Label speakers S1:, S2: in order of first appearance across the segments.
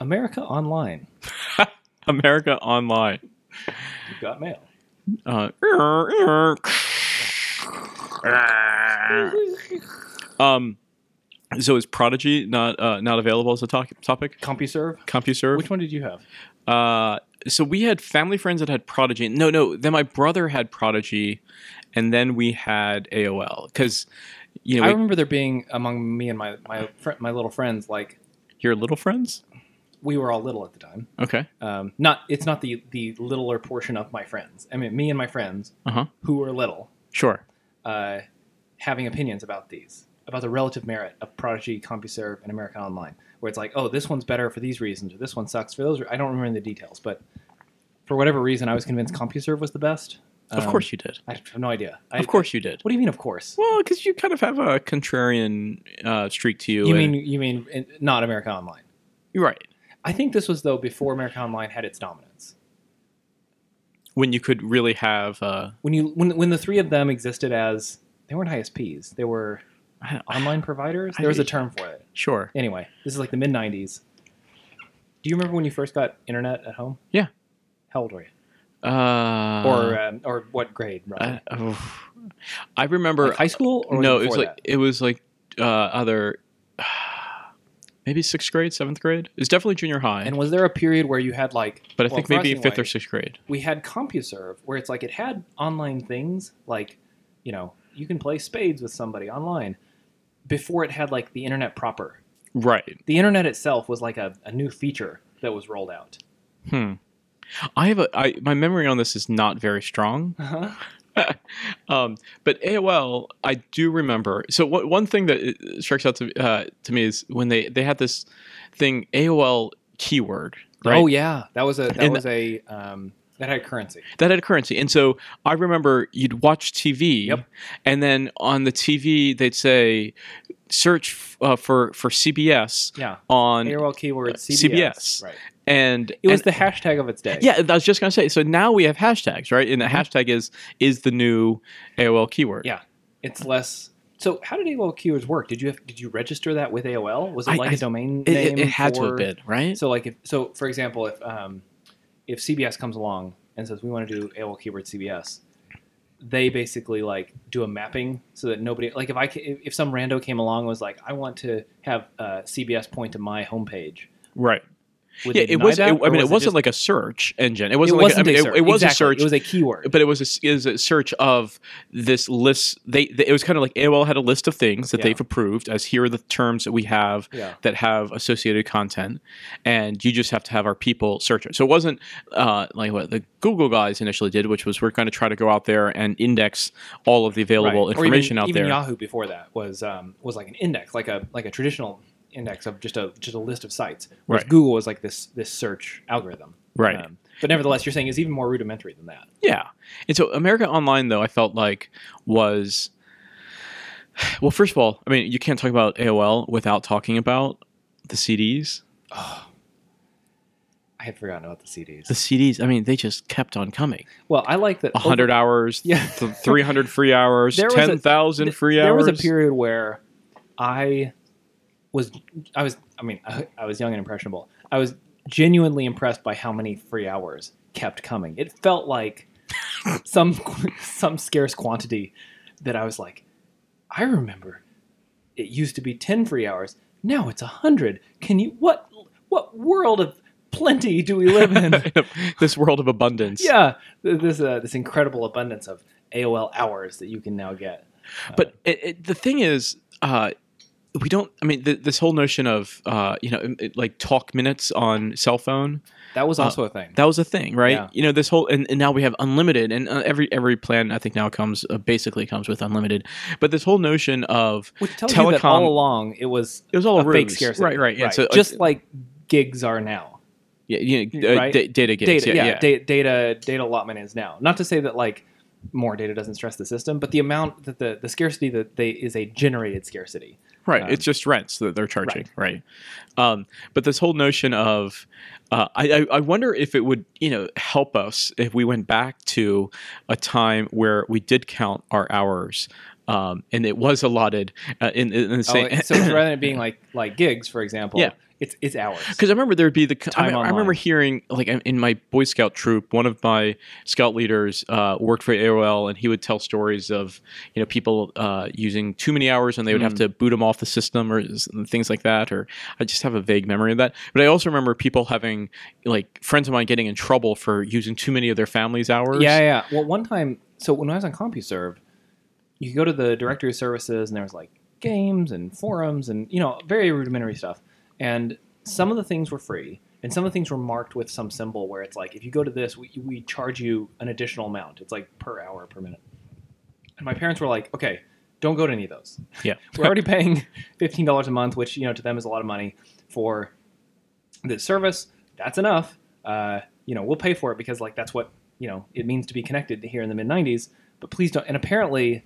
S1: America Online.
S2: America Online.
S1: You've got mail.
S2: Uh, um, so is Prodigy not uh, not available as a to- topic?
S1: CompuServe.
S2: CompuServe.
S1: Which one did you have?
S2: Uh, so we had family friends that had Prodigy. No, no. Then my brother had Prodigy, and then we had AOL because you
S1: I
S2: know we,
S1: remember there being among me and my my fr- my little friends like
S2: your little friends.
S1: we were all little at the time.
S2: Okay.
S1: Um, not it's not the the littler portion of my friends. I mean, me and my friends
S2: Uh huh.
S1: who were little
S2: Sure.
S1: uh, having opinions about these about the relative merit of Prodigy, CompuServe, and America Online, where it's like, oh, this one's better for these reasons, or this one sucks for those. re- I don't remember the details, but for whatever reason, I was convinced CompuServe was the best.
S2: Of
S1: Um,
S2: course you did.
S1: I have no idea. I,
S2: Of course you did.
S1: What do you mean, of course?
S2: Well, because you kind of have a contrarian uh, streak to you.
S1: You
S2: and-
S1: mean you mean in- not America Online?
S2: you're right?
S1: I think this was though before America Online had its dominance.
S2: When you could really have uh,
S1: When you when when the three of them existed as they weren't ISPs, they were online providers. There was a term for it.
S2: sure.
S1: Anyway, this is like the mid '90s. Do you remember when you first got internet at home?
S2: Yeah.
S1: How old were you?
S2: Uh,
S1: or um, or what grade? Roughly?
S2: I, oh. I remember
S1: Like high school? Or
S2: no,
S1: before
S2: it was like
S1: that?
S2: it was like uh, other maybe sixth grade, seventh grade. It's definitely junior high,
S1: And was there a period where you had like?
S2: but I
S1: well,
S2: think
S1: for us
S2: maybe fifth
S1: anyway,
S2: or sixth grade.
S1: We had CompuServe, where it's like it had online things, like you know you can play spades with somebody online. Before it had like the internet proper.
S2: Right.
S1: The internet itself was like a, a new feature that was rolled out.
S2: Hmm. I have a I, my memory on this is not very strong.
S1: Uh-huh.
S2: um, but AOL, I do remember. So wha- one thing that uh, strikes out to uh, to me is when they they had this thing AOL keyword, right?
S1: Oh yeah, that was a that
S2: And-
S1: was a um, that had currency.
S2: that had currency. And so I remember you'd watch TV,
S1: Yep.
S2: and then on the TV they'd say search f- uh, for for CBS
S1: Yeah.
S2: on
S1: AOL keyword
S2: uh,
S1: CBS.
S2: CBS.
S1: Right.
S2: and
S1: It was
S2: and-
S1: the hashtag of its day.
S2: yeah, I was just gonna say. So now we have hashtags, right? And the hashtag is is the new AOL keyword.
S1: Mm-hmm. Yeah. It's less. So how did AOL keywords work? Did you have, did you register that with AOL? Was it
S2: I-
S1: like a
S2: I-
S1: domain
S2: it,
S1: name?
S2: it, it had to
S1: for-
S2: have been, right?
S1: So like if so, for example, if um, if CBS comes along and says we want to do AOL keyword CBS, they basically like do a mapping so that nobody like if I ca- if if some rando came along and was like I want to have uh, CBS point to my homepage.
S2: right.
S1: Would
S2: Yeah,
S1: they
S2: it
S1: deny
S2: was.
S1: that,
S2: it-
S1: or
S2: I mean, it
S1: was
S2: wasn't
S1: just-
S2: like a search engine. It wasn't. like a, I mean, it, it was
S1: Exactly.
S2: a search.
S1: It was a keyword.
S2: but it was a, is a search of this list. They, they it was kind of like AOL had a list of things that
S1: Yeah.
S2: they've approved as here are the terms that we have
S1: Yeah.
S2: that have associated content, and you just have to have our people search it. So it wasn't uh, like what the Google guys initially did, which was we're going to try to go out there and index all of the available
S1: Right. Or
S2: information
S1: even,
S2: out
S1: even
S2: there.
S1: Yahoo before that was um, was like an index, like a like a traditional index of just a just a list of sites. Whereas
S2: Right.
S1: Google was like this this search algorithm.
S2: Right.
S1: Um, but nevertheless, you're saying it's even more rudimentary than that.
S2: Yeah. And so America Online, though, I felt like was. Well, first of all, I mean, you can't talk about AOL without talking about the CDs.
S1: I had forgotten about the CDs.
S2: The CDs, I mean, they just kept on coming.
S1: Well, I like that.
S2: 100 hours,
S1: Yeah.
S2: th- 300 free hours,
S1: There was a-
S2: 10,000 free
S1: there
S2: hours.
S1: was a period where I was I was I mean I, I was young and impressionable. I was genuinely impressed by how many free hours kept coming. It felt like some some scarce quantity that I was like I remember it used to be 10 free hours. Now it's 100. Can you what what world of plenty do we live in?
S2: this world of abundance.
S1: yeah, th- this uh, this incredible abundance of AOL hours that you can now get.
S2: But it, it, the thing is, uh, we don't, I mean, th- this whole notion of, uh, you know, it- like talk minutes on cell phone.
S1: That was
S2: Uh,
S1: also a thing.
S2: That was a thing, right?
S1: Yeah.
S2: You know, this whole and, and now we have unlimited, and uh, every every plan I think now comes uh, basically comes with unlimited. But this whole notion of
S1: Which tells you that
S2: telecom,
S1: all along it was
S2: it was all
S1: a fake
S2: ruse.
S1: scarcity.
S2: right? Right. Yeah. So uh,
S1: just
S2: just
S1: like gigs are now.
S2: yeah, you know, uh,
S1: right?
S2: da- data gigs.
S1: data,
S2: yeah,
S1: yeah,
S2: yeah.
S1: da- data, data allotment is now. Not to say that like more data doesn't stress the system, but the amount that the the scarcity that they is a generated scarcity.
S2: right.
S1: um,
S2: it's just rents that they're charging, right? Um, but this whole notion of uh, I, I I wonder if it would you know help us if we went back to a time where we did count our hours um, and it was allotted uh, in, in the
S1: Oh,
S2: same.
S1: so it's rather than it being like like gigs, for example,
S2: Yeah.
S1: it's it's hours.
S2: Because I remember there'd be the. I,
S1: Time
S2: I remember
S1: online.
S2: hearing like in my Boy Scout troop, one of my scout leaders uh, worked for AOL, and he would tell stories of you know people uh, using too many hours, and they would have
S1: Mm.
S2: to boot them off the system or s- things like that. Or I just have a vague memory of that. But I also remember people having like friends of mine getting in trouble for using too many of their family's hours.
S1: Yeah, yeah. Well, one time, so when I was on CompuServe, you could go to the directory of services, and there was like games and forums, and you know, very rudimentary stuff. And some of the things were free, and some of the things were marked with some symbol where it's like, if you go to this, we, we charge you an additional amount. It's like per hour per minute. And my parents were like, okay, don't go to any of those.
S2: yeah.
S1: We're already paying fifteen dollars a month, which you know to them is a lot of money for this service. That's enough. Uh, you know, we'll pay for it because like that's what you know it means to be connected here in the mid '90s. But please don't. And apparently,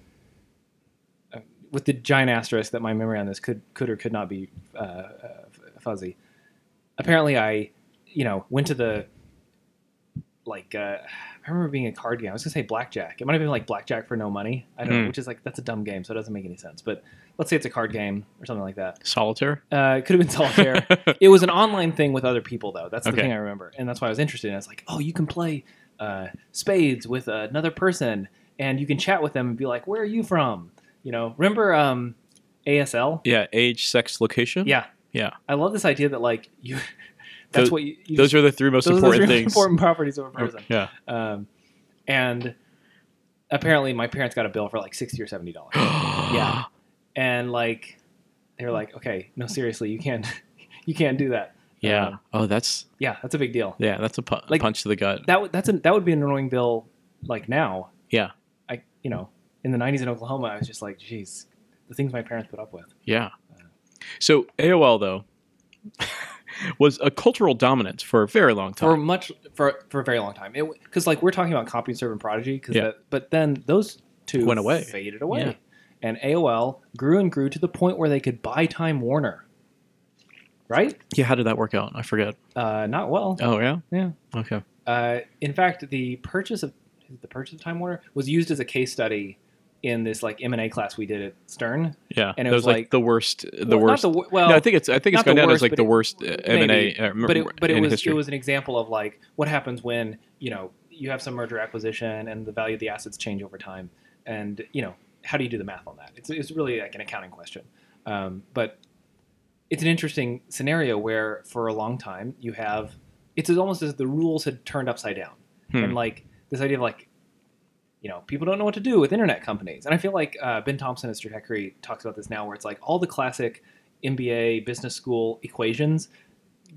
S1: uh, with the giant asterisk that my memory on this could could or could not be uh, uh, f- fuzzy. Apparently, I you know went to the like uh, I remember being a card game. I was gonna say blackjack. It might have been like blackjack for no money. I don't
S2: Hmm.
S1: know, which is like that's a dumb game, so it doesn't make any sense. But let's say it's a card game or something like that.
S2: Solitaire.
S1: Uh, it could have been solitaire. it was an online thing with other people though. That's the
S2: Okay.
S1: thing I remember, and that's why I was interested. And I was like, oh, you can play uh, spades with another person, and you can chat with them and be like, where are you from? You know, remember um, ASL?
S2: Yeah. Age, sex, location.
S1: Yeah,
S2: Yeah.
S1: I love this idea that like you. that's
S2: Those-
S1: what you. you
S2: Those are the three most
S1: those are the
S2: important
S1: three
S2: things.
S1: important properties of a person
S2: Yeah.
S1: um, and apparently my parents got a bill for like 60 or 70 dollars yeah and like they were like okay no seriously you can't you can't do that
S2: Yeah.
S1: Um,
S2: oh, that's
S1: yeah that's a big deal
S2: yeah. That's a pu-
S1: Like-
S2: punch to the gut.
S1: that would that's an that would be an annoying bill like now
S2: Yeah.
S1: i you know in the 90s in oklahoma i was just like geez the things my parents put up with
S2: Yeah. So AOL though was a cultural dominant for a very long
S1: for
S2: time.
S1: much for for a very long time because like we're talking about copy and serve and prodigy 'cause
S2: Yeah.
S1: that, but then those two
S2: Went away.
S1: faded away
S2: Yeah.
S1: and aol grew and grew to the point where they could buy time warner right
S2: yeah, how did that work out? I forget.
S1: uh, not well
S2: Oh yeah.
S1: yeah
S2: Okay.
S1: uh, in fact the purchase of the purchase of time warner was used as a case study in this like m&a class we did at stern
S2: Yeah.
S1: And it
S2: that
S1: was
S2: was like,
S1: like-
S2: the worst. The
S1: Well, not
S2: worst.
S1: the wor- well
S2: no, I think it's. I think it's
S1: not
S2: gone
S1: the
S2: down as
S1: worst,
S2: like
S1: but
S2: the
S1: it-
S2: worst uh, M and
S1: maybe.
S2: A.
S1: but it, but it
S2: in
S1: was
S2: history.
S1: it was an example of like what happens when you know you have some merger acquisition and the value of the assets change over time and you know how do you do the math on that it's, it's really like an accounting question um, but it's an interesting scenario where for a long time you have it's as almost as if the rules had turned upside down
S2: Hmm.
S1: and like this idea of like you know people don't know what to do with internet companies and i feel like uh, ben thompson at stratechery talks about this now where it's like all the classic mba business school equations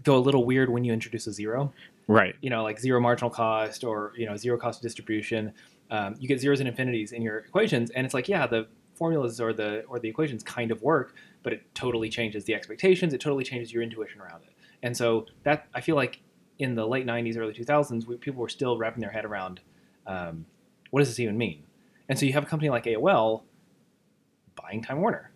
S1: go a little weird when you introduce a zero
S2: right.
S1: you know like zero marginal cost or you know zero cost of distribution um, you get zeros and infinities in your equations and it's like yeah the formulas or the or the equations kind of work but it totally changes the expectations it totally changes your intuition around it and so that i feel like in the late 90s early 2000s we, people were still wrapping their head around um, what does this even mean and so you have a company like aol buying time warner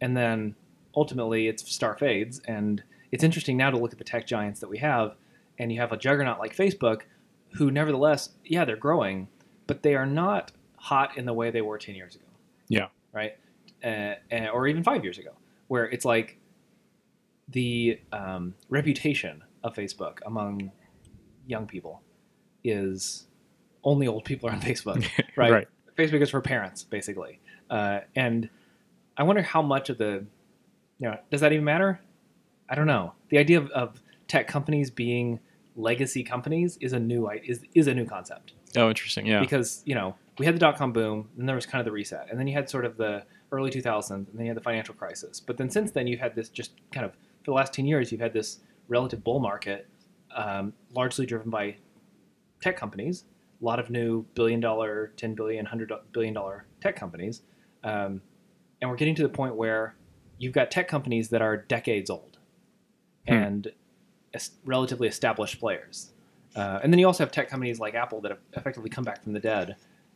S1: and then ultimately its star fades and it's interesting now to look at the tech giants that we have and you have a juggernaut like facebook who nevertheless yeah they're growing but they are not hot in the way they were 10 years ago
S2: Yeah.
S1: right uh, uh, or even five years ago where it's like the um, reputation of facebook among young people is only old people are on facebook right?
S2: Right.
S1: facebook is for parents basically uh, and i wonder how much of the you know, does that even matter? I don't know. The idea of, of tech companies being legacy companies is a new i- is is a new concept
S2: Oh, interesting. Yeah.
S1: because you know we had the dot com boom, and there was kind of the reset, and then you had sort of the early 2000s, and then you had the financial crisis. But then since then, you've had this just kind of for the last 10 years, you've had this relative bull market, um, largely driven by tech companies, a lot of new billion dollar, 10 billion, 100 billion dollar tech companies. Um, and we're getting to the point where you've got tech companies that are decades old
S2: Hmm.
S1: and es- relatively established players. Uh, and then you also have tech companies like Apple that have effectively come back from the dead.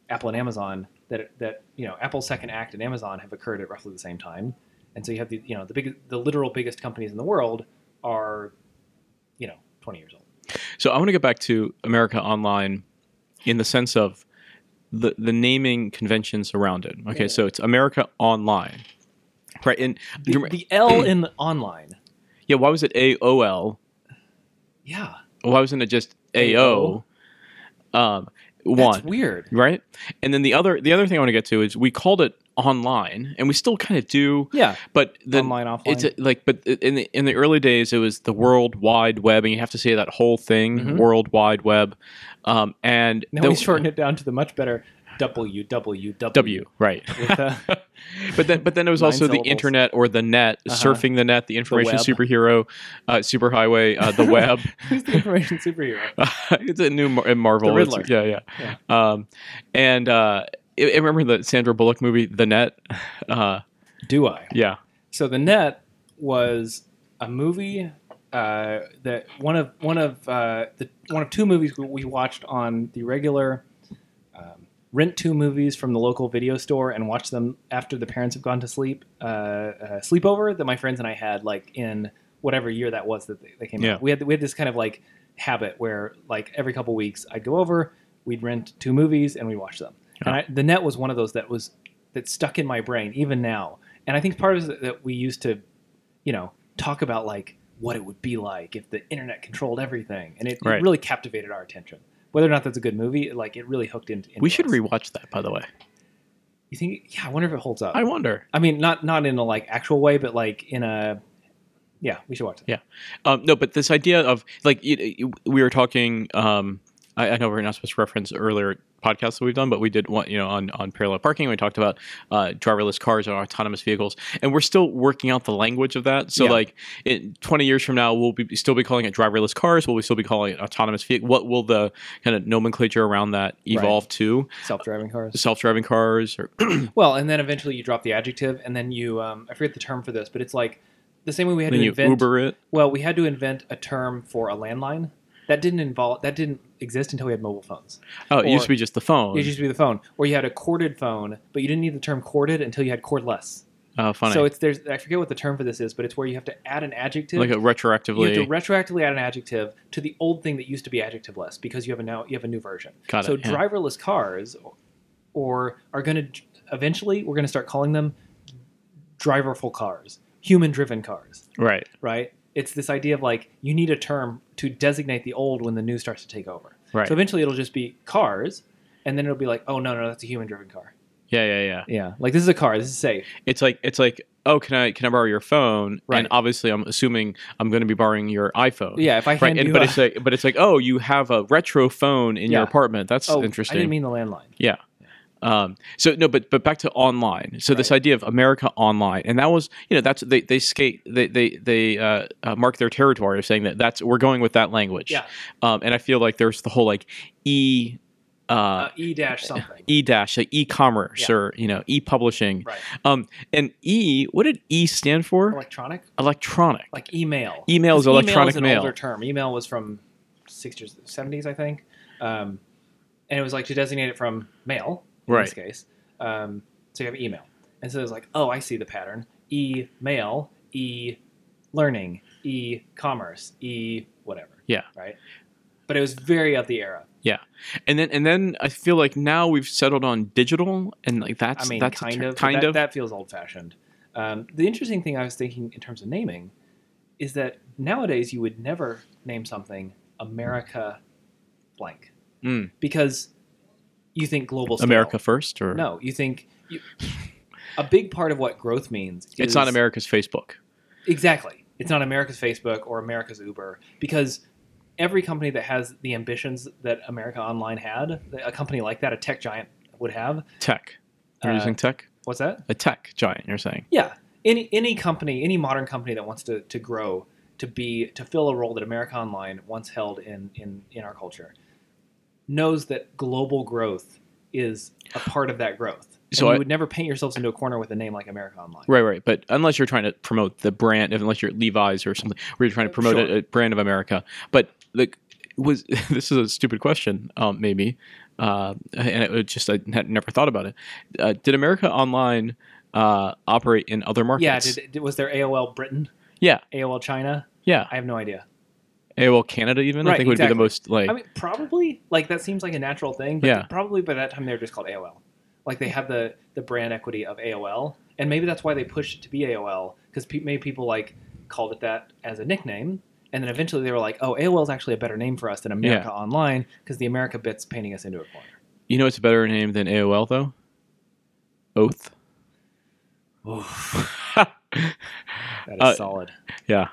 S1: Apple and Amazon that that you know Apple's second act and Amazon have occurred at roughly the same time, and so you have the you know the big the literal biggest companies in the world are, you know, twenty years old.
S2: So I want to get back to America Online in the sense of the the naming conventions around it. Okay, so it's America Online, right? And
S1: The, the L in online.
S2: yeah, why was it A O L?
S1: Yeah.
S2: Why wasn't it just A O? Um, one
S1: That's weird.
S2: right? And then the other the other thing I want to get to is we called it online, and we still kind of do.
S1: Yeah.
S2: But then
S1: Online, offline.
S2: it's a- like, but in the in the early days, it was the World Wide Web, and you have to say that whole thing, World Wide Web, um, and
S1: Mm-hmm. Now
S2: the-
S1: we shorten it down to the much better WWW.
S2: W, right?
S1: With, uh,
S2: But then, but then it was
S1: Nine
S2: also the
S1: syllables. Uh-huh.
S2: internet or the net, surfing the net, the information
S1: web.
S2: superhero, uh, superhighway, uh, the web.
S1: who's the information superhero?
S2: it's a new Mar- in Marvel.
S1: The
S2: it's- yeah, yeah. Um, and uh, I, I remember the Sandra Bullock movie, The Net. Uh,
S1: Do I?
S2: yeah,
S1: So the net was a movie uh, that one of one of uh, the one of two movies we watched on the regular um, rent two movies from the local video store and watched them after the parents have gone to sleep uh, uh, sleepover that my friends and I had like in whatever year that was that they, they came
S2: Yeah.
S1: out. We had we had this kind of like habit where like every couple weeks I'd go over, we'd rent two movies and we'd watch them. And I, the net was one of those that was that stuck in my brain even now. And I think part of it is that we used to, you know, talk about like what it would be like if the internet controlled everything, and it, it
S2: Right.
S1: really captivated our attention. Whether or not that's a good movie, like it really hooked into. into
S2: we should
S1: us.
S2: rewatch that. By the way,
S1: You think? Yeah, I wonder if it holds up.
S2: I
S1: I
S2: wonder.
S1: mean, not not in a like actual way, but like in a. Yeah, we should watch it.
S2: Yeah. Um, no, but this idea of like you, you- we were talking. Um, I, I know we're not supposed to reference earlier podcasts that we've done, but we did one. You know, on on parallel parking, we talked about uh, driverless cars and autonomous vehicles, and we're still working out the language of that. So,
S1: Yeah.
S2: like, in twenty years from now, we'll be still be calling it driverless cars. Will we still be calling it autonomous vehicle? What will the kind of nomenclature around that evolve to?
S1: Self-driving cars.
S2: Self driving cars, or
S1: Well, and then eventually you drop the adjective, and then you um, I forget the term for this, but it's like the same way we had
S2: then
S1: to
S2: you
S1: invent
S2: Uber it.
S1: Well, we had to invent a term for a landline that didn't involve that didn't exist until we had mobile phones.
S2: Oh, it used
S1: or-
S2: to be just the phone.
S1: It used to be the phone, or you had a corded phone, but you didn't need the term corded until you had cordless.
S2: oh, funny.
S1: So it's there's I forget what the term for this is, but it's where you have to add an adjective.
S2: like a
S1: you
S2: retroactively.
S1: have to retroactively add an adjective to the old thing that used to be adjectiveless because you have a now you have a new version.
S2: Got it,
S1: so
S2: yeah.
S1: driverless cars, or are going to eventually we're going to start calling them driverful cars, human driven cars
S2: right.
S1: right? It's this idea of like you need a term to designate the old when the new starts to take over.
S2: Right.
S1: So eventually it'll just be cars, and then it'll be like, oh no, no, that's a human-driven car.
S2: Yeah, yeah, yeah.
S1: Yeah, like this is a car. This is safe.
S2: it's like it's like oh can i can i borrow your phone
S1: Right.
S2: and obviously i'm assuming i'm going to be borrowing your iphone
S1: Yeah, if I
S2: right
S1: hand
S2: and,
S1: you,
S2: but
S1: a-
S2: it's like but it's like oh you have a retro phone in your
S1: Yeah.
S2: apartment that's
S1: oh, I
S2: interesting
S1: didn't mean the landline.
S2: yeah um, so no but but back to online so this idea of america online and that was you know that's they they skate they they they uh, uh, mark their territory of saying that that's we're going with that language
S1: Yeah.
S2: um, and i feel like there's the whole like e uh,
S1: Uh, e dash something.
S2: e dash like e-commerce
S1: Yeah.
S2: or you know e-publishing
S1: Right.
S2: um and e what did e stand for
S1: Electronic,
S2: electronic
S1: like email.
S2: Email is
S1: Because
S2: electronic
S1: email. Is an
S2: mail.
S1: older term. Email was from sixties, seventies, I think, um, and it was like to designate it from mail in
S2: Right.
S1: this case. Um, so you have email, and so it was like, oh, I see the pattern: e-mail, e-learning, e-commerce, e whatever.
S2: Yeah.
S1: Right. But it was very of the era.
S2: yeah and then and then i feel like now we've settled on digital and like that's
S1: I mean,
S2: that's a
S1: kind
S2: ter-
S1: of.
S2: kind
S1: that,
S2: of
S1: That feels old fashioned. Um, the interesting thing I was thinking in terms of naming is that nowadays you would never name something America blank
S2: Mm.
S1: because you think global scale.
S2: america first or
S1: No, you think you, a big part of what growth means is
S2: it's not america's facebook
S1: Exactly. It's not America's Facebook or America's Uber because every company that has the ambitions that America Online had, a company like that, a tech giant would have.
S2: tech you're
S1: Uh,
S2: using tech
S1: What's that?
S2: a tech giant you're saying
S1: Yeah. Any any company, any modern company that wants to, to grow to be to fill a role that America Online once held in, in, in our culture knows that global growth is a part of that growth.
S2: So
S1: So you
S2: I-
S1: would never paint yourselves into a corner with a name like America Online.
S2: right right but unless you're trying to promote the brand unless you're levi's or something where you're trying to promote
S1: Sure.
S2: a, a brand of america but like was this is a stupid question um, maybe uh, and it was just i had never thought about it uh, did america online uh, operate in other markets
S1: Yeah, did, did, was there AOL Britain,
S2: yeah
S1: AOL China?
S2: yeah
S1: I have no idea.
S2: AOL Canada even I
S1: Right,
S2: think would be
S1: exactly.
S2: the most like
S1: I mean, probably like that seems like a natural thing, but
S2: Yeah.
S1: probably by that time they're just called AOL. Like they have the the brand equity of AOL, and maybe that's why they pushed it to be AOL because pe- maybe people like called it that as a nickname, and then eventually they were like, oh, AOL is actually a better name for us than America Online because the America bit's painting us into a corner.
S2: you know it's a better name than AOL though. Oath.
S1: Oof, that is
S2: Uh,
S1: solid.
S2: Yeah.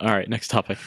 S2: All right, next topic.